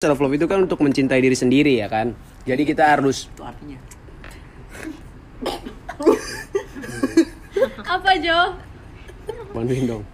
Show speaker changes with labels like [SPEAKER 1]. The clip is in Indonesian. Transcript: [SPEAKER 1] self love itu kan untuk mencintai diri sendiri ya kan. Jadi kita harus
[SPEAKER 2] Itu artinya.
[SPEAKER 3] Apa Jo?
[SPEAKER 1] manuin dong.